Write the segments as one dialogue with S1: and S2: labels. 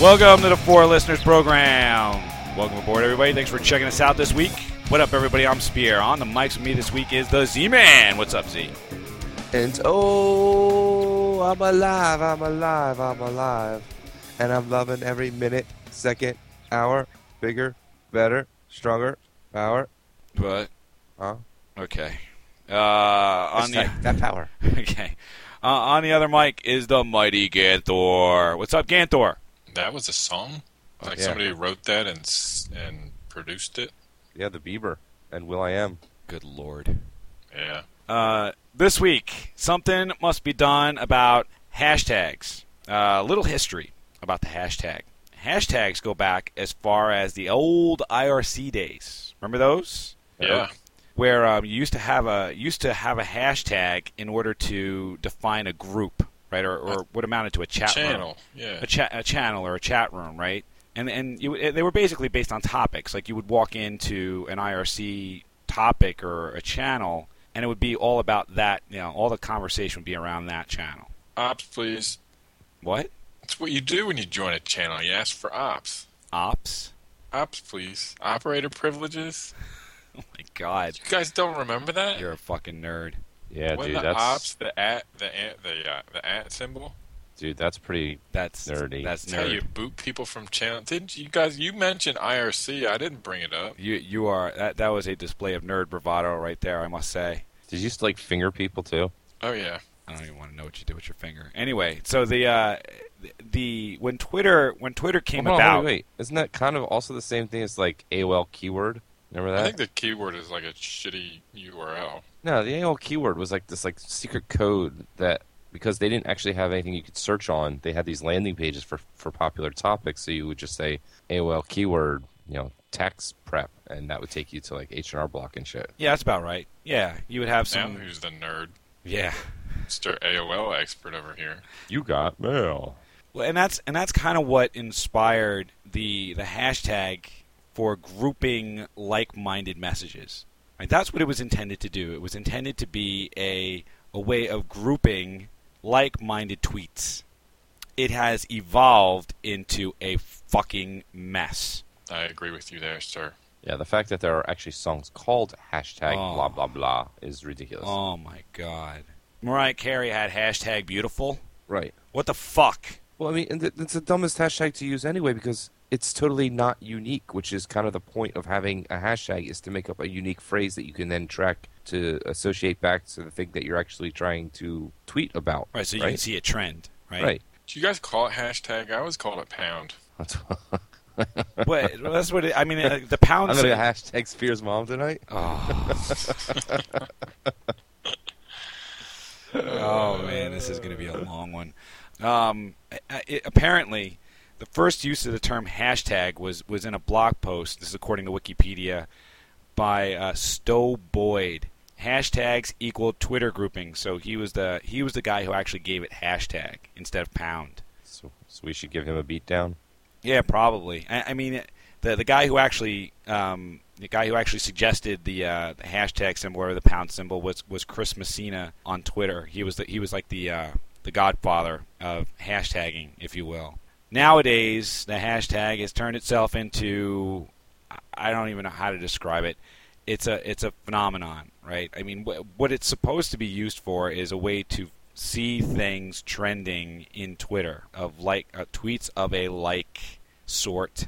S1: Welcome to the Four Listeners Program. Welcome aboard, everybody. Thanks for checking us out this week. What up, everybody? I'm Spear. On the mics with me this week is the Z Man. What's up, Z?
S2: And oh, I'm alive, I'm alive, I'm alive. And I'm loving every minute, second, hour, bigger, better, stronger, power.
S1: But
S2: Huh?
S1: okay. Uh, on the
S2: Hashtag that power.
S1: okay, uh, on the other mic is the mighty Ganthor. What's up, Ganthor?
S3: That was a song. Like
S2: yeah.
S3: somebody wrote that and s- and produced it.
S2: Yeah, the Bieber and Will I Am.
S1: Good lord.
S3: Yeah.
S1: Uh, this week, something must be done about hashtags. Uh, A little history about the hashtag. Hashtags go back as far as the old IRC days. Remember those?
S3: Yeah.
S1: Where um, you used to have a used to have a hashtag in order to define a group, right, or, or what amounted to a chat room
S3: Channel. Yeah.
S1: a, cha- a channel or a chat room, right? And and you, eh, they were basically based on topics. Like you would walk into an IRC topic or a channel, and it would be all about that. You know, all the conversation would be around that channel.
S3: Ops, please.
S1: What
S3: That's what you do when you join a channel. You ask for ops.
S1: ops?
S3: Ops, please. Operator privileges.
S1: Oh my god,
S3: You guys don't remember that?
S1: you're a fucking nerd.
S4: Yeah,
S3: when
S4: dude,
S3: the
S4: that's
S3: ops, the at, the at, the uh, the at symbol.
S4: dude, that's pretty.
S1: That's
S4: Nerdy.
S1: That's
S3: That's how you
S1: nerd.
S3: boot people from channel. Didn't you guys? You mentioned IRC. I didn't bring it up.
S1: You you are that that was a display of nerd bravado right there. I must say.
S4: Did you just like finger people too?
S3: Oh yeah.
S1: I don't even want to know what you do with your finger. Anyway, so the uh, the- the when Twitter when Twitter came
S4: Hold on,
S1: about,
S4: wait, wait, isn't that kind of also the same thing as like AOL keyword? Remember that?
S3: I think the keyword is like a shitty URL.
S4: no, the AOL keyword was like this like secret code that because they didn't actually have anything you could search on, they had these landing pages for for popular topics. So you would just say AOL keyword, you know, tax prep, and that would take you to like H and R Block and shit.
S1: Yeah, that's about right. Yeah, you would have
S3: Now
S1: some.
S3: who's the nerd?
S1: Yeah,
S3: Mr. AOL expert over here.
S4: You got mail.
S1: well, and that's and that's kind of what inspired the the hashtag for grouping like-minded messages. Right, that's what it was intended to do. It was intended to be a a way of grouping like-minded tweets. It has evolved into a fucking mess.
S3: I agree with you there, sir.
S4: Yeah, the fact that there are actually songs called hashtag
S1: Oh.
S4: blah blah blah is ridiculous.
S1: Oh my god! Mariah Carey had hashtag beautiful.
S4: Right.
S1: What the fuck?
S4: Well, I mean, and th- it's the dumbest hashtag to use anyway because it's totally not unique, which is kind of the point of having a hashtag is to make up a unique phrase that you can then track to associate back to the thing that you're actually trying to tweet about.
S1: Right. So you can see a trend. Right.
S4: right.
S3: Do you guys call it hashtag? I always call it pound.
S1: But that's what it, I mean. uh, The pound.
S4: I'm gonna
S1: sign-
S4: hashtag Spears mom tonight.
S1: Oh man, this is going to be a long one. Um, I- I- it, apparently, the first use of the term hashtag was was in a blog post. This is according to Wikipedia by uh, Stowe Boyd. Hashtags equal Twitter grouping. So he was the he was the guy who actually gave it hashtag instead of pound.
S4: So, so we should give him a beat down.
S1: Yeah, probably. I, I mean, the the guy who actually um, the guy who actually suggested the, uh, the hashtag symbol or the pound symbol was was Chris Messina on Twitter. He was the, he was like the uh, the godfather of hashtagging, if you will. Nowadays, the hashtag has turned itself into I- I don't even know how to describe it. It's a it's a phenomenon, right? I mean, wh- what it's supposed to be used for is a way to see things trending in Twitter of like uh, tweets of a like sort.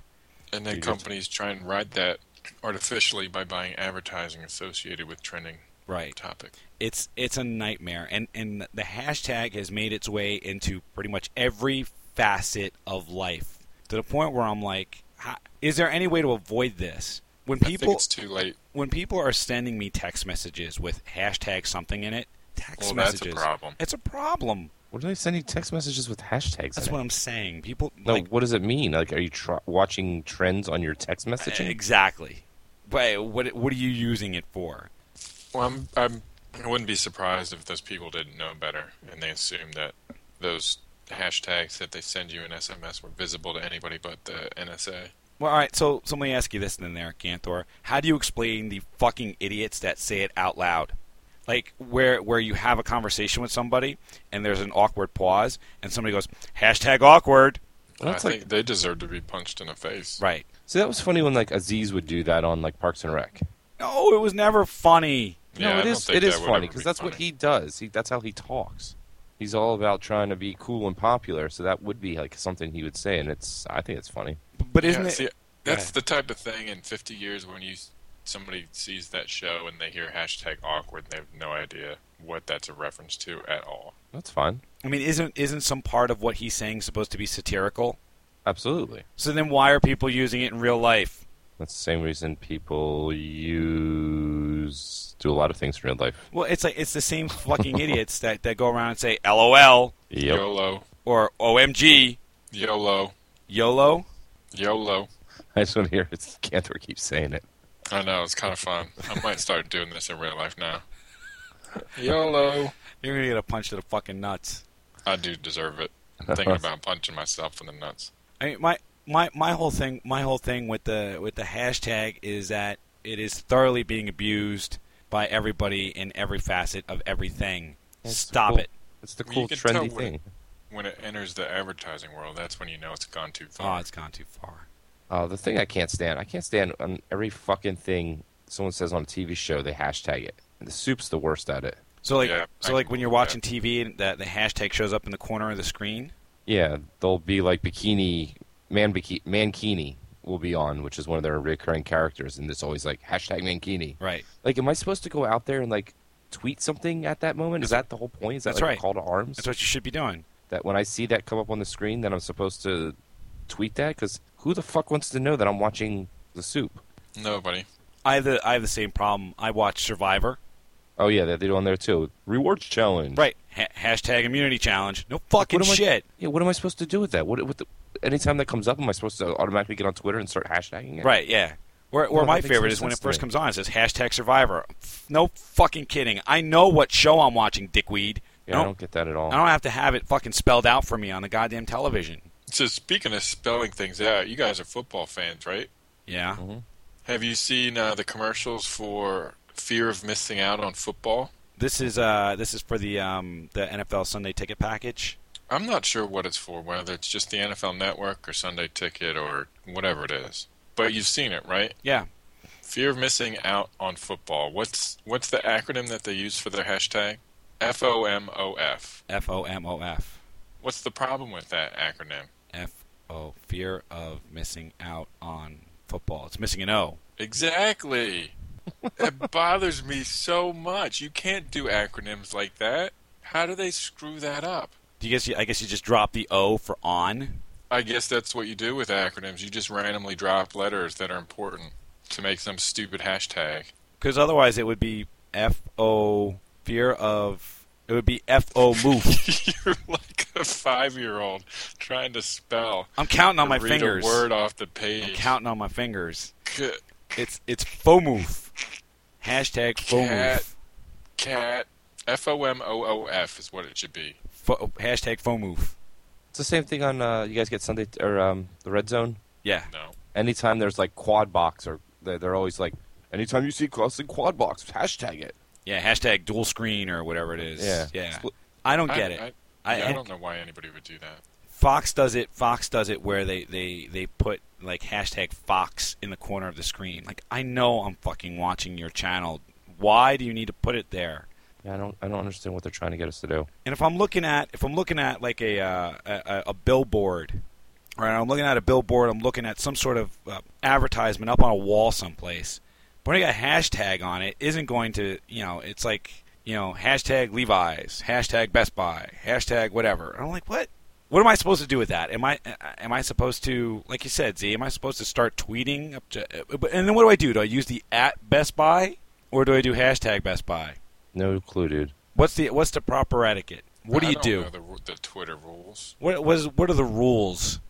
S3: And then
S4: Dude, it's-
S3: companies try and ride that artificially by buying advertising associated with trending
S1: Right.
S3: topic.
S1: It's it's a nightmare, and and the hashtag has made its way into pretty much every facet of life to the point where I'm like, how, is there any way to avoid this? When
S3: I think
S1: people
S3: it's too late.
S1: when people are sending me text messages with hashtag something in it, text
S3: Well, Oh, that's
S1: messages.
S3: a problem.
S1: It's a problem.
S4: What are they sending text messages with hashtags?
S1: That's
S4: in
S1: what
S4: it?
S1: I'm saying. People
S4: No,
S1: like
S4: what does it mean? Like, are you tr- watching trends on your text messaging?
S1: exactly. Wait, what what are you using it for?
S3: Well, I'm, I'm, I wouldn't be surprised if those people didn't know better and they assumed that those hashtags that they send you in SMS were visible to anybody but the NSA.
S1: Well, all right. So, so let me ask you this, then, there, Cantor. How do you explain the fucking idiots that say it out loud? Like where where you have a conversation with somebody and there's an awkward pause and somebody goes hashtag awkward
S4: Well, that's
S3: I
S4: like-
S3: think they deserve to be punched in the face.
S1: Right.
S4: See, that was funny when like Aziz would do that on like Parks and Rec.
S1: No, it was never funny.
S3: Yeah,
S4: no,
S3: I
S4: it
S3: don't
S4: is.
S3: think
S4: It is
S3: that would
S4: funny
S3: ever
S4: because
S3: be
S4: that's what
S3: funny.
S4: he does. He that's how he talks. He's all about trying to be cool and popular. So that would be like something he would say, and it's. I think it's funny.
S1: B- But
S3: Yeah,
S1: isn't
S3: see,
S1: it?
S3: that's
S1: ahead.
S3: the type of thing in 50 years when you somebody sees that show and they hear hashtag awkward and they have no idea what that's a reference to at all.
S4: That's fine.
S1: I mean, isn't isn't some part of what he's saying supposed to be satirical?
S4: Absolutely.
S1: So then, why are people using it in real life?
S4: That's the same reason people use do a lot of things in real life.
S1: Well, it's like it's the same fucking idiots that, that go around and say "LOL"
S4: Yep.
S3: YOLO,
S1: or "OMG,"
S3: YOLO,
S1: "YOLO."
S3: YOLO.
S4: I just want to hear it's Cantor keeps saying it.
S3: I know it's kind of fun. I might start doing this in real life now. YOLO.
S1: You're gonna get a punch to the fucking nuts.
S3: I do deserve it. I'm thinking about punching myself in the nuts.
S1: I mean, my my my whole thing my whole thing with the with the hashtag is that it is thoroughly being abused by everybody in every facet of everything.
S4: That's
S1: Stop
S4: cool.
S1: it.
S4: It's the
S3: Well,
S4: cool
S3: you can tell
S4: trendy
S3: what-
S4: thing.
S3: When it enters the advertising world, that's when you know it's gone too
S1: Oh,
S3: far.
S1: it's gone too far.
S4: Uh, the thing I can't stand, I can't stand on every fucking thing someone says on a TV show. They hashtag it. And the soup's the worst at it.
S1: So like
S3: Yeah,
S1: so
S3: I
S1: like
S3: can
S1: when you're
S3: believe
S1: watching TV and the the hashtag shows up in the corner of the screen.
S4: Yeah, they'll be like bikini man bikini mankini will be on, which is one of their recurring characters, and it's always like hashtag mankini.
S1: Right.
S4: Like, am I supposed to go out there and like tweet something at that moment? Is that the whole point? Is that
S1: That's
S4: like
S1: right.
S4: a call to arms?
S1: That's what you should be doing.
S4: that when I see that come up on the screen, that I'm supposed to tweet that? Because who the fuck wants to know that I'm watching the soup?
S3: Nobody.
S1: I have the I have the same problem. I watch Survivor.
S4: Oh yeah, they they do on there too. Rewards challenge.
S1: Right. Ha- hashtag immunity challenge. No fucking
S4: What am I-
S1: shit.
S4: Yeah. What am I supposed to do with that? What? what the, anytime that comes up, am I supposed to automatically get on Twitter and start hashtagging it?
S1: Right, yeah. Or, or my
S4: No, that makes no
S1: favorite is when it
S4: sense to
S1: first
S4: me.
S1: comes on. It says hashtag Survivor. No fucking kidding. I know what show I'm watching, dickweed. I,
S4: Yeah, I
S1: don't,
S4: don't get that at all.
S1: I don't have to have it fucking spelled out for me on the goddamn television.
S3: So speaking of spelling things out, you guys are football fans, right?
S1: Yeah.
S3: Have you seen uh, the commercials for fear of missing out on football?
S1: This is uh this is for the um the NFL Sunday ticket package.
S3: I'm not sure what it's for, whether it's just the NFL Network or Sunday Ticket or whatever it is. But you've seen it, right?
S1: Yeah.
S3: Fear of missing out on football. What's what's the acronym that they use for their hashtag? F O M O F.
S1: F O M O F.
S3: What's the problem with that acronym?
S1: F O fear of missing out on football. It's missing an O.
S3: Exactly. it bothers me so much. You can't do acronyms like that. How do they screw that up?
S1: Do you guess you, I guess you just drop the O for on?
S3: I guess that's what you do with acronyms. You just randomly drop letters that are important to make some stupid hashtag.
S1: Because otherwise it would be F O fear of it would be F O move.
S3: You're like a five year old trying to spell.
S1: I'm counting on my
S3: Read
S1: fingers.
S3: a word off the
S1: I'm
S3: page.
S1: counting on my fingers.
S3: C-
S1: It's it's FOMOOF. Hashtag
S3: Cat.
S1: FOMOOF.
S3: cat. F O M O O F is what it should be.
S1: Fo- hashtag FOMOOF.
S4: It's the same thing on uh, you guys get Sunday or um, the Red Zone.
S1: Yeah.
S3: No.
S4: Anytime there's like quad box or they're, they're always like, anytime you see crossing quad box, hashtag it.
S1: Yeah. Hashtag dual screen or whatever it is.
S4: Yeah.
S1: Yeah.
S4: Spl-
S1: I don't get
S3: I,
S1: it.
S3: I,
S1: I-
S3: yeah, I
S1: I-
S3: don't know why anybody would do that.
S1: Fox does it. Fox does it where they, they, they put like hashtag Fox in the corner of the screen. Like I know I'm fucking watching your channel. Why do you need to put it there?
S4: Yeah, I don't. I don't understand what they're trying to get us to do.
S1: And if I'm looking at if I'm looking at like a uh, a, a- a billboard, right? I'm looking at a billboard. I'm looking at some sort of uh, advertisement up on a wall someplace. Putting a hashtag on it isn't going to you know. It's like you know hashtag Levi's, hashtag Best Buy, hashtag whatever. And I'm like, what? What am I supposed to do with that? Am I uh, am I supposed to like you said, Z? Am I supposed to start tweeting? Up to, uh, but- and then what do I do? Do I use the at Best Buy or do I do hashtag Best Buy?
S4: No clue, dude.
S1: What's the what's the proper etiquette? What do
S3: I
S1: you
S3: don't
S1: do?
S3: Know the, ru- the Twitter rules,
S1: What was what are the rules?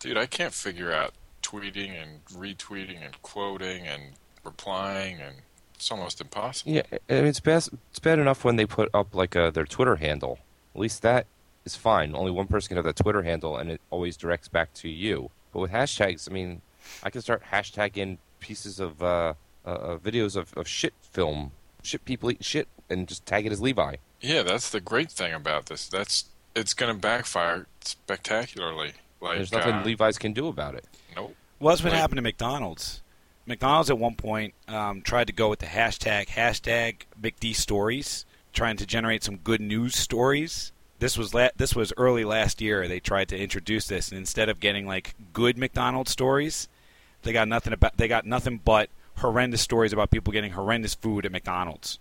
S3: dude. I can't figure out tweeting and retweeting and quoting and replying, and it's almost impossible.
S4: Yeah, I mean, it's best. It's bad enough when they put up like uh their Twitter handle. At least that is fine. Only one person can have that Twitter handle, and it always directs back to you. But with hashtags, I mean, I can start hashtagging pieces of uh, uh, uh, videos of, of shit film, shit people eat shit, and just tag it as Levi.
S3: Yeah, that's the great thing about this. That's it's going to backfire spectacularly. Like,
S4: There's nothing
S3: uh,
S4: Levi's can do about it.
S3: Nope.
S1: Well, that's what
S3: Right.
S1: happened to McDonald's. McDonald's at one point um, tried to go with the hashtag hashtag McD stories, trying to generate some good news stories. This was la- this was early last year. They tried to introduce this, and instead of getting like good McDonald's stories, they got nothing about. They got nothing but horrendous stories about people getting horrendous food at McDonald's,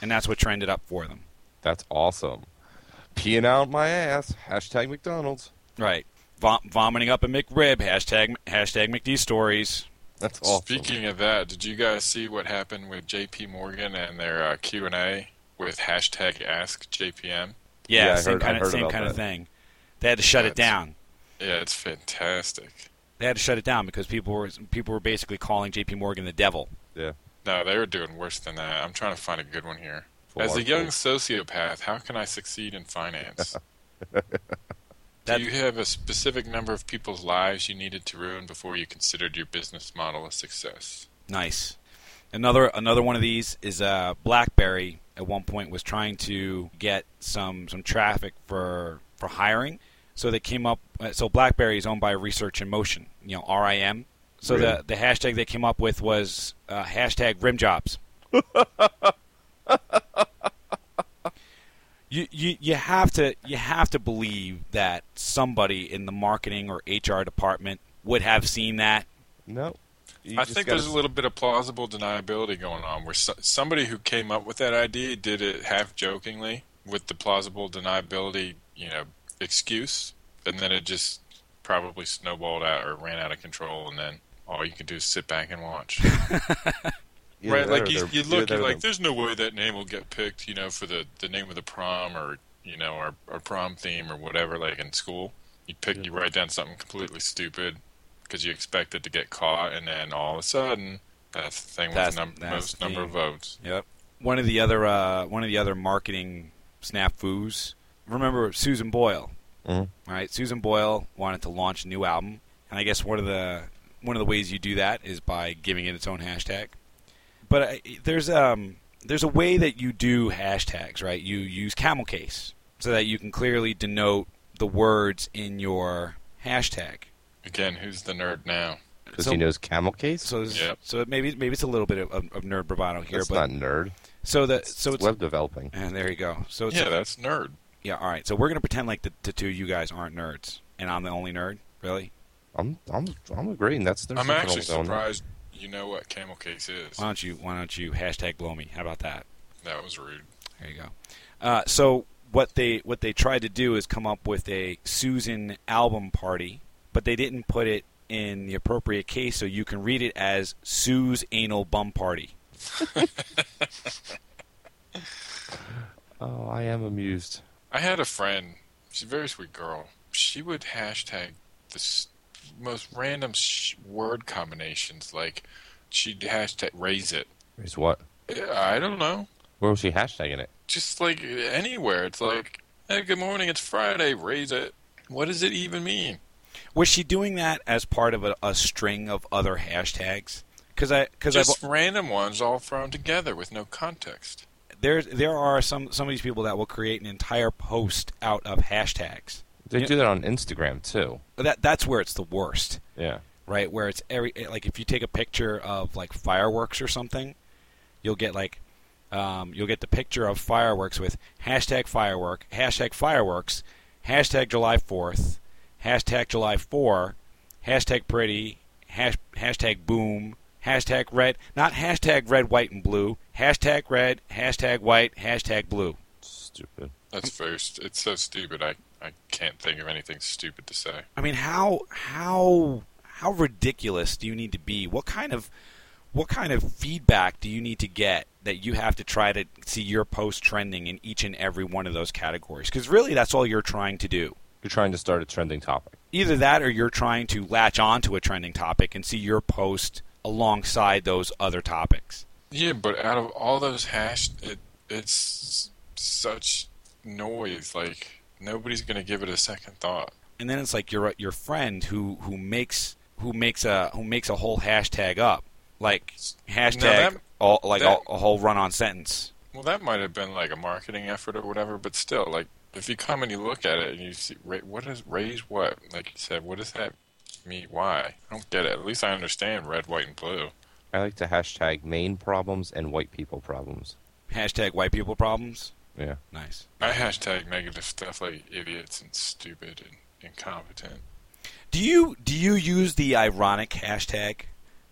S1: and that's what trended up for them.
S4: That's awesome. Peeing out my ass. Hashtag McDonald's.
S1: Right, Vom- vomiting up a McRib hashtag hashtag McD stories.
S4: That's awesome.
S3: Speaking of that, did you guys see what happened with J.P. Morgan and their uh, Q and A with hashtag Ask JPM?
S1: Yeah,
S4: Yeah, I
S1: same
S4: heard- I
S1: kind of
S4: heard
S1: same
S4: about
S1: kind of
S4: that.
S1: thing. They had to shut it
S3: That's-
S1: down.
S3: Yeah, it's fantastic.
S1: They had to shut it down because people were people were basically calling J.P. Morgan the devil.
S4: yeah.
S3: No, they were doing worse than that. I'm trying to find a good one here.
S4: Full
S3: As a
S4: article.
S3: young sociopath, how can I succeed in finance?
S1: That-
S3: Do you have a specific number of people's lives you needed to ruin before you considered your business model a success?
S1: Nice. Another another one of these is uh, BlackBerry. At one point, was trying to get some some traffic for for hiring, so they came up. uh, So BlackBerry is owned by Research in Motion, you know RIM. So
S4: Really?
S1: the the hashtag they came up with was uh, hashtag rim jobs. You, you, you have to you have to believe that somebody in the marketing or HR department would have seen that
S4: No. You
S3: I
S4: just
S3: think
S4: gotta
S3: there's a little bit of plausible deniability going on where so- somebody who came up with that idea did it half jokingly with the plausible deniability, you know, excuse, and then it just probably snowballed out or ran out of control, and then all you can do is sit back and watch.
S4: either
S3: right?
S4: that or
S3: Like you,
S4: they're-
S3: you
S4: either
S3: look,
S4: that
S3: you're
S4: or
S3: like,
S4: they're-
S3: there's no way that name will get picked, you know, for the the name of the prom or you know our, our prom theme or whatever. Like in school, you pick, you write down something completely stupid because you expect it to get caught, and then all of a sudden, that's the thing with
S1: That's-
S3: the num-
S1: that's
S3: most
S1: the
S3: number of
S1: theme.
S3: votes.
S1: Yep. One of the other uh, one of the other marketing snafus. Remember Susan Boyle,
S4: Mhm.
S1: right? Susan Boyle wanted to launch a new album, and I guess one of the one of the ways you do that is by giving it its own hashtag. But I, there's um there's a way that you do hashtags, right? You use camel case so that you can clearly denote the words in your hashtag.
S3: Again, who's the nerd now?
S4: Because
S1: So-
S4: he knows camel case.
S1: So this-
S3: Yep.
S1: so maybe maybe it's a little bit of, of, of nerd bravado here,
S4: That's
S1: but
S4: not nerd.
S1: so the
S4: It's,
S1: so it's
S4: web developing.
S1: and there you go. So it's
S3: yeah, that's nerd.
S1: Yeah, all right. So we're gonna pretend like the, the two of you guys aren't nerds, and I'm the only nerd. Really?
S4: I'm I'm I'm agreeing. That's there's
S3: I'm
S4: nothing
S3: actually
S4: wrong with that.
S3: surprised. You know what camel case is?
S1: Why don't you Why don't you hashtag blow me? How about that?
S3: That was rude.
S1: There you go. Uh, so what they what they tried to do is come up with a Susan album party, but they didn't put it in the appropriate case, so you can read it as Sue's anal bum party.
S4: Oh, I am amused.
S3: I had a friend. She's a very sweet girl. She would hashtag the s- most random sh- word combinations. Like she'd hashtag raise it.
S4: Is what?
S3: Yeah, I don't know.
S4: Where was she hashtagging it?
S3: Just like anywhere. It's like, hey, good morning. It's Friday. Raise it. What does it even mean?
S1: Was she doing that as part of a, a string of other hashtags? Because I because I've
S3: Just random ones all thrown together with no context.
S1: there there are some some of these people that will create an entire post out of hashtags.
S4: They
S1: Yeah.
S4: do that on Instagram too.
S1: That that's where it's the worst,
S4: Yeah.
S1: right? Where it's every eh, like if you take a picture of like fireworks or something, you'll get like um, you'll get the picture of fireworks with hashtag firework, hashtag fireworks, hashtag July Fourth, hashtag July Four, hashtag pretty, hash, hashtag boom, hashtag red, not hashtag red, white, and blue, hashtag red, hashtag white, hashtag blue.
S4: Stupid.
S3: That's first. It's so stupid. I I can't think of anything stupid to say.
S1: I mean, how how how ridiculous do you need to be? What kind of what kind of feedback do you need to get that you have to try to see your post trending in each and every one of those categories? Because really, that's all you're trying to do.
S4: You're trying to start a trending topic.
S1: Either that, or you're trying to latch on to a trending topic and see your post alongside those other topics.
S3: Yeah, but out of all those hash, it, it's such noise. Like nobody's gonna give it a second thought.
S1: And then it's like your your friend who who makes who makes a who makes a whole hashtag up, like hashtag
S3: that-
S1: all, like
S3: that-
S1: a, a whole run on sentence.
S3: Well, that might have been like a marketing effort or whatever, but still, like if you come and you look at it and you see ra- what is raise what like you said what does that mean why i don't get it at least i understand red white and blue
S4: I like to hashtag main problems and white people problems.
S1: Hashtag white people problems.
S4: Yeah.
S1: Nice.
S3: i hashtag negative stuff like idiots and stupid and incompetent
S1: Do you do you use the ironic hashtag?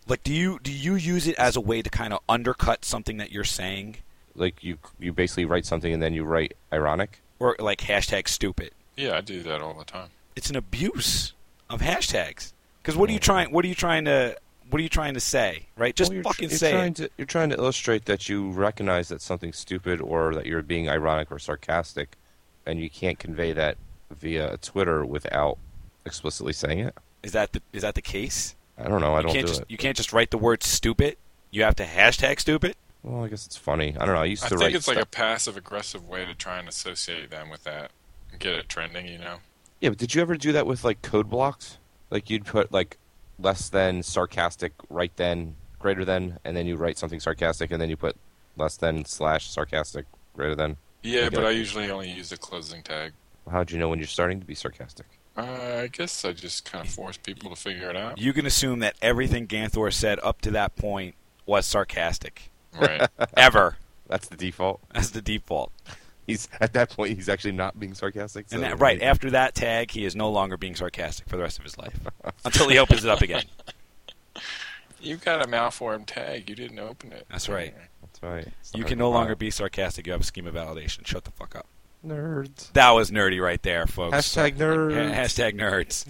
S1: Like, do you do you use it as a way to kind of undercut something that you're saying,
S4: Like you, you basically write something and then you write ironic.
S1: or like hashtag stupid?
S3: yeah i do that all the time
S1: It's an abuse of hashtags. Because what are you trying? What are you trying to? What are you trying to say? Right? Just
S4: Well, you're tr-
S1: fucking
S4: you're
S1: say
S4: trying
S1: it.
S4: To, you're trying to illustrate that you recognize that something's stupid or that you're being ironic or sarcastic, and you can't convey that via Twitter without explicitly saying it.
S1: Is that the is that the case?
S4: I don't know. I
S1: you
S4: don't
S1: can't
S4: do
S1: just
S4: it.
S1: you can't just write the word stupid. You have to hashtag stupid.
S4: Well, I guess it's funny. I don't know. I used
S3: i
S4: to
S3: think
S4: write.
S3: it's like a
S4: stuff-
S3: passive aggressive way to try and associate them with that and get it trending you know
S4: Yeah, but did you ever do that with like code blocks? Like you'd put like less than sarcastic, right then, greater than, and then you write something sarcastic, and then you put less than slash sarcastic, greater than.
S3: yeah
S4: Okay.
S3: but i usually only use the closing tag
S4: How'd you know when you're starting to be sarcastic?
S3: uh, i guess i just kind of force people to figure it out
S1: You can assume that everything Ganthor said up to that point was sarcastic.
S3: right
S1: Ever.
S4: That's the default.
S1: That's the default.
S4: He's at that point. He's actually not being sarcastic.
S1: And
S4: so-
S1: that, right after that tag, he is no longer being sarcastic for the rest of his life until he opens it up again.
S3: you got a malformed tag you didn't open it
S1: That's right.
S4: That's right.
S1: You can no longer be sarcastic. You have a scheme of validation. Shut the fuck up.
S4: nerds.
S1: That was nerdy right there, folks.
S2: Hashtag nerd.
S1: Ha- hashtag nerds.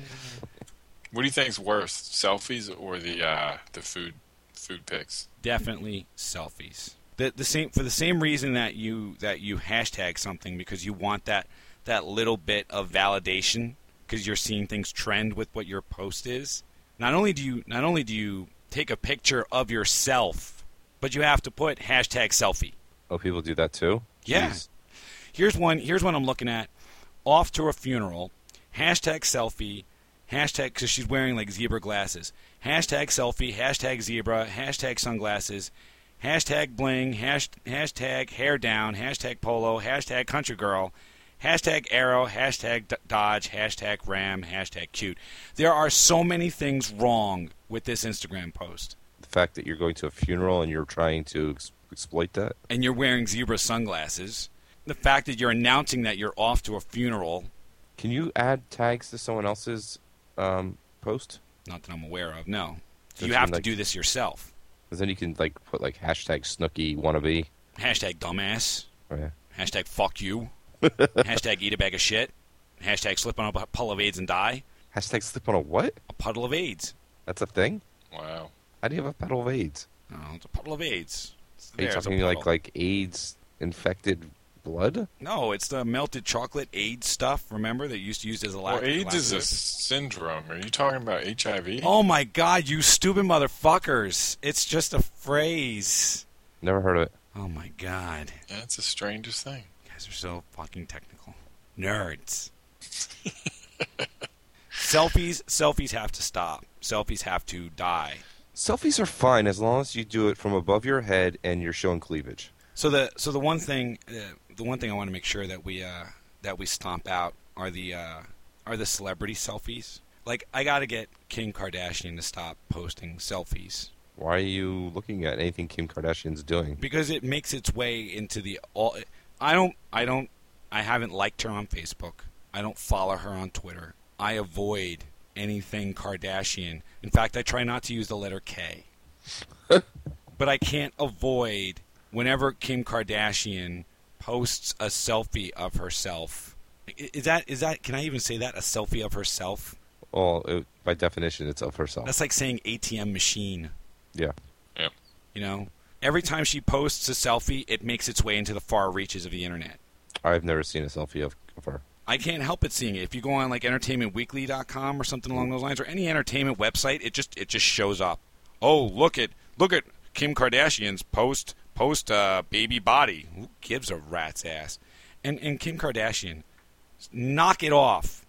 S3: What do you think's worse, selfies or the uh, the food food pics?
S1: Definitely selfies. The, the same for the same reason that you that you hashtag something because you want that that little bit of validation because you're seeing things trend with what your post is. Not only do you not only do you take a picture of yourself, but you have to put hashtag selfie.
S4: Oh, people do that too.
S1: Yeah.
S4: Jeez.
S1: Here's one. Here's one I'm looking at. Off to a funeral. Hashtag selfie. Hashtag because she's wearing like zebra glasses. Hashtag selfie. Hashtag zebra. Hashtag sunglasses. Hashtag bling. Hash, hashtag hair down. Hashtag polo. Hashtag country girl. Hashtag arrow. Hashtag d- dodge. Hashtag ram. Hashtag cute. There are so many things wrong with this Instagram post,
S4: The fact that you're going to a funeral and you're trying to ex- exploit that.
S1: and you're wearing zebra sunglasses. The fact that you're announcing that you're off to a funeral
S4: Can you add tags to someone else's um, post?
S1: Not that I'm aware of. No,
S4: Does
S1: you
S4: it
S1: have
S4: mean,
S1: to
S4: like-
S1: do this yourself.
S4: 'Cause then you can like put like hashtag Snooky wannabe.
S1: Hashtag dumbass.
S4: Oh, yeah.
S1: Hashtag fuck you. Hashtag eat a bag of shit. Hashtag slip on a puddle of AIDS and die.
S4: Hashtag slip on a what?
S1: A puddle of AIDS.
S4: That's a thing.
S3: Wow.
S4: How do you have a pedal of AIDS?
S1: Oh, it's a puddle of AIDS. It's-
S4: Are you
S1: there's a
S4: talking like
S1: puddle.
S4: like AIDS infected blood?
S1: No, it's the melted chocolate AIDS stuff. Remember that you used to use as a
S3: Well,
S1: lac-
S3: AIDS is a
S1: laxative?
S3: syndrome. Are you talking about HIV?
S1: Oh my god, you stupid motherfuckers! It's just a phrase.
S4: Never heard of it.
S1: Oh my god,
S3: Yeah, it's the strangest thing.
S1: you guys are so fucking technical. Nerds. selfies selfies have to stop. Selfies have to die.
S4: Selfies are fine as long as you do it from above your head and you're showing cleavage.
S1: So the so the one thing uh, the one thing I want to make sure that we uh, that we stomp out are the uh, are the celebrity selfies. Like I got to get Kim Kardashian to stop posting selfies
S4: Why are you looking at anything Kim Kardashian's doing?
S1: because it makes its way into the all. I don't I don't I haven't liked her on Facebook. I don't follow her on Twitter. I avoid anything Kardashian. In fact, I try not to use the letter K. but I can't avoid whenever Kim Kardashian posts a selfie of herself. I- Is that is that can I even say that a selfie of herself?
S4: Well, it, by definition, it's of herself.
S1: That's like saying ATM machine.
S4: yeah.
S3: Yep.
S1: You know, every time she posts a selfie, it makes its way into the far reaches of the internet.
S4: I've never seen a selfie of, of her.
S1: I can't help but seeing it. If you go on like entertainmentweekly.com or something along those lines or any entertainment website, it just it just shows up. Oh, look at look at Kim Kardashian's post post uh, baby body. Who gives a rat's ass? And and Kim Kardashian, knock it off.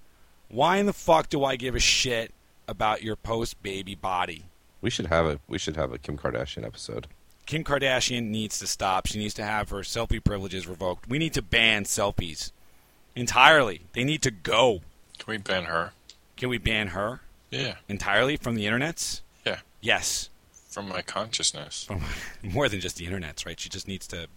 S1: Why in the fuck do I give a shit about your post baby body?
S4: We should have a we should have a Kim Kardashian episode.
S1: Kim Kardashian needs to stop. She needs to have her selfie privileges revoked. We need to ban selfies. entirely. They need to go.
S3: Can we ban her?
S1: Can we ban her
S3: Yeah,
S1: entirely from the internets?
S3: Yeah.
S1: Yes.
S3: from my consciousness.
S1: From more than just the internets, right? She just needs to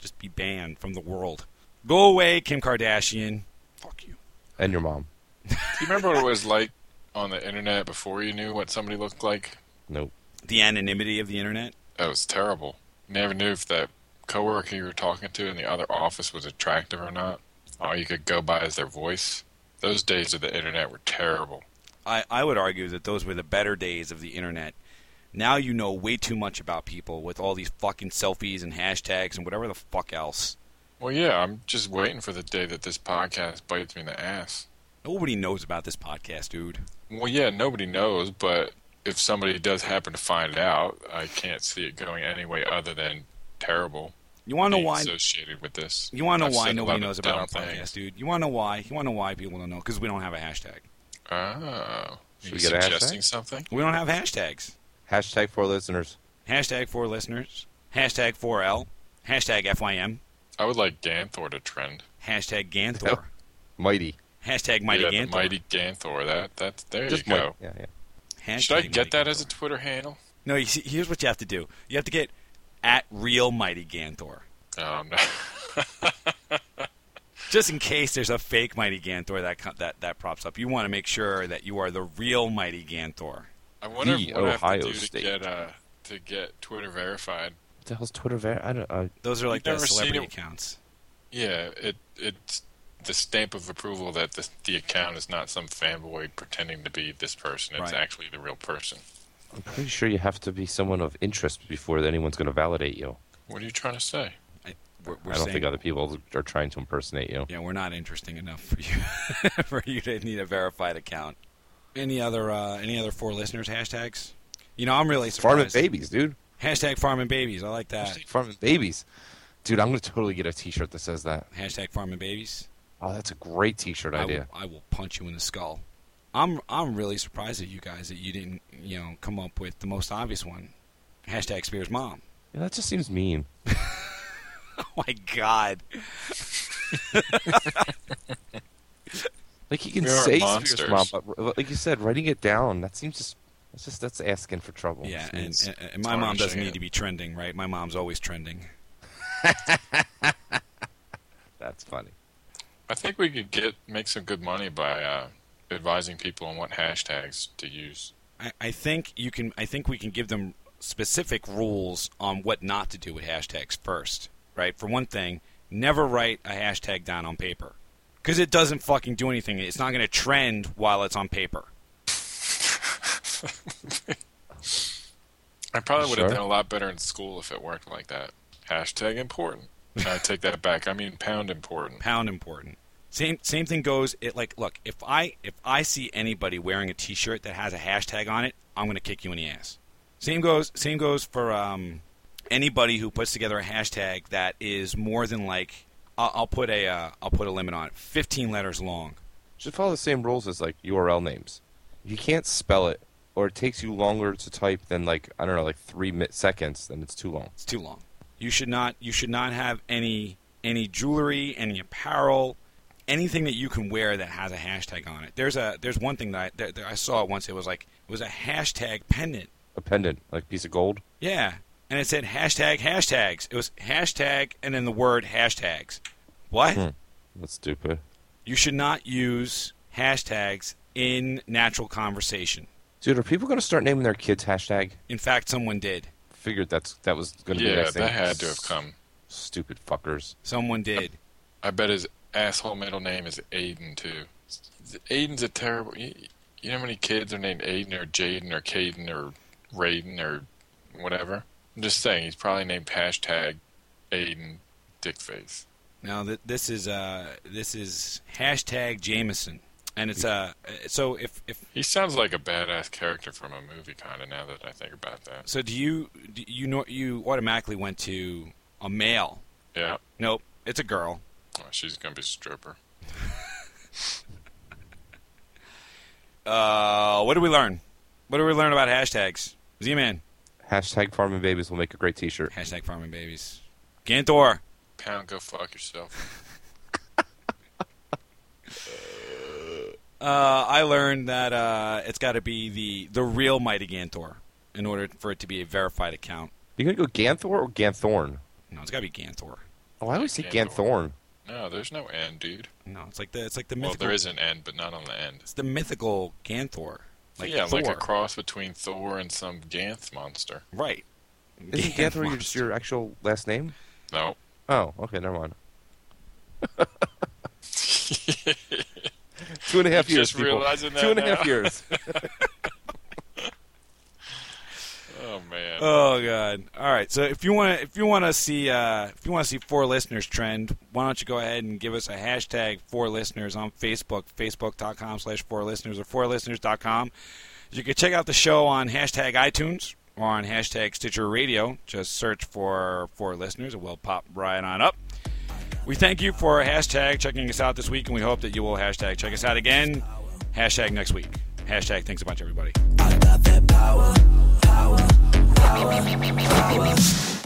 S1: just be banned from the world. Go away, Kim Kardashian. Fuck you.
S4: and your mom.
S3: Do you remember what it was like on the internet before you knew what somebody looked like?
S4: Nope.
S1: The anonymity of the internet.
S3: That was terrible. Never knew if that coworker you were talking to in the other office was attractive or not. All you could go by is their voice. Those days of the internet were terrible.
S1: I, I would argue that those were the better days of the internet. Now you know way too much about people with all these fucking selfies and hashtags and whatever the fuck else.
S3: Well, yeah, I'm just waiting for the day that this podcast bites me in the ass.
S1: Nobody knows about this podcast, dude.
S3: Well, yeah, nobody knows, but if somebody does happen to find out, I can't see it going any way other than terrible.
S1: You want to know
S3: being
S1: why?
S3: associated with this?
S1: You want to
S3: I've
S1: know why
S3: said
S1: nobody
S3: 11
S1: knows about our
S3: dumb
S1: podcast,
S3: things.
S1: dude? You want to know why? You want to know why people don't know? Because we don't have a hashtag.
S3: Oh, are
S4: Should
S3: you
S4: we get a hashtag?
S3: suggesting something?
S1: We don't have hashtags.
S4: Hashtag for listeners.
S1: Hashtag for listeners. Hashtag 4L. Hashtag FYM.
S3: I would like Ganthor to trend.
S1: Hashtag Ganthor.
S4: Yep. Mighty.
S1: Hashtag Mighty
S3: yeah, the
S1: Ganthor.
S3: Mighty Ganthor. That that's there
S4: Just
S3: you go.
S4: Mighty. Yeah, yeah.
S1: Hashtag
S3: Should I
S1: Mighty
S3: get that as
S1: Ganthor.
S3: a Twitter handle?
S1: No, you see, here's what you have to do. You have to get at real Mighty Ganthor.
S3: Oh no.
S1: Just in case there's a fake Mighty Ganthor that co- that that props up, you want to make sure that you are the real Mighty Ganthor.
S3: I wonder
S4: The
S3: what I have
S4: Ohio
S3: to do
S4: State.
S3: to get uh, to get Twitter verified.
S4: What the hell's Twitter? Ver- I don't. Uh,
S1: Those are like the
S3: You've never seen
S1: celebrity
S3: it.
S1: accounts.
S3: Yeah, it it's the stamp of approval that the the account is not some fanboy pretending to be this person. It's
S1: Right.
S3: actually the real person.
S4: I'm pretty sure you have to be someone of interest before anyone's going to validate you.
S3: What are you trying to say?
S1: I, we're, we're
S4: I don't
S1: saying-
S4: think other people are trying to impersonate you.
S1: Yeah, we're not interesting enough for you for you to need a verified account. Any other uh, any other four listeners hashtags? You know, I'm really
S4: Farming
S1: surprised.
S4: babies, dude.
S1: Hashtag farming babies. I like that.
S4: Farming babies, dude. I'm going to totally get a T-shirt that says that.
S1: Hashtag farming babies.
S4: Oh, that's a great T-shirt
S1: I will,
S4: idea.
S1: I will punch you in the skull. I'm I'm really surprised at you guys that you didn't you know come up with the most obvious one. Hashtag Spears mom.
S4: Yeah, that just seems mean.
S1: Oh my god.
S4: Like you can
S3: We aren't
S4: say
S3: monsters.
S4: Spears mom, but r- like you said, writing it down that seems just that's just that's asking for trouble.
S1: Yeah,
S4: It
S1: and,
S4: seems-
S1: and, and my
S3: Sorry,
S1: mom
S3: I'm
S1: doesn't
S3: saying
S1: need
S3: it.
S1: to be trending, right? My mom's always trending.
S4: that's funny.
S3: I think we could get make some good money by uh, advising people on what hashtags to use.
S1: I, I think you can. I think we can give them specific rules on what not to do with hashtags first, right? For one thing, never write a hashtag down on paper because it doesn't fucking do anything. It's not going to trend while it's on paper.
S3: I probably
S4: You
S3: would have
S4: sure?
S3: done a lot better in school if it worked like that. Hashtag important. I take that back. I mean pound important.
S1: Pound important. Same same thing goes. It like look if I if I see anybody wearing a T-shirt that has a hashtag on it, I'm going to kick you in the ass. Same goes same goes for um, anybody who puts together a hashtag that is more than like I'll, I'll put a uh, I'll put a limit on it, 15 letters long.
S4: Should follow the same rules as like URL names. If you can't spell it, or it takes you longer to type than like I don't know, like three mi- seconds, then it's too long.
S1: It's too long. You should not you should not have any any jewelry, any apparel, anything that you can wear that has a hashtag on it. There's a there's one thing that I, that, that I saw once. It was like it was a hashtag pendant.
S4: A pendant, like piece of gold.
S1: Yeah. And it said hashtag hashtags. It was hashtag and then the word hashtags. What?
S4: Hmm. That's stupid.
S1: You should not use hashtags in natural conversation.
S4: Dude, are people going to start naming their kids hashtag?
S1: In fact, someone did.
S4: Figured that's that was going to be the
S3: Yeah,
S4: next thing.
S3: that had to have come.
S4: Stupid fuckers.
S1: Someone did.
S3: I bet his asshole middle name is Aiden too. Aiden's a terrible. You, you know how many kids are named Aiden or Jaden or Caden or Raiden or whatever. I'm just saying he's probably named hashtag Aiden Dickface.
S1: Now th- this is uh this is hashtag Jameson, and it's uh so if if
S3: He sounds like a badass character from a movie, kind of. Now that I think about that,
S1: so do you do you know you automatically went to a male?
S3: yeah,
S1: Nope, it's a girl.
S3: Oh, she's gonna be a stripper.
S1: Uh, what did we learn? What did we learn about hashtags? Z-Man,
S4: Hashtag farming babies will make a great T-shirt.
S1: hashtag farming babies. Ganthor,
S3: Pound, go fuck yourself.
S1: Uh, I learned that uh, it's got to be the the real Mighty Gantor in order for it to be a verified account.
S4: You gonna go Ganthor or Ganthorn?
S1: No, it's got to be Gantor.
S4: Oh, I always say
S3: Ganthor.
S4: Ganthorn.
S3: No, there's no end, dude.
S1: No, it's like the it's like the
S3: Well,
S1: mythical.
S3: there is an end, but not on the end.
S1: It's the mythical Gantor. Like
S3: yeah, like a
S1: Thor.
S3: cross between Thor and some Ganth monster.
S1: right.
S4: Isn't
S1: Ganth
S4: Ganthor your,
S1: monster.
S4: your actual last name?
S3: No.
S4: Oh, okay, never mind. Two and a half
S3: You're
S4: years,
S3: just
S4: people.
S3: realizing that
S4: Two and a half
S3: now.
S4: years.
S3: Oh man.
S1: Oh god! All right. So if you want to, if you want to see, uh, if you want to see four listeners trend, why don't you go ahead and give us a hashtag four listeners on Facebook, facebook.com slash four listeners or four listeners.com. You can check out the show on hashtag iTunes or on hashtag Stitcher Radio. Just search for four listeners. It will pop right on up. We thank you for hashtag checking us out this week, and we hope that you will hashtag check us out again. Hashtag next week. Hashtag thanks a bunch, everybody.
S5: I love you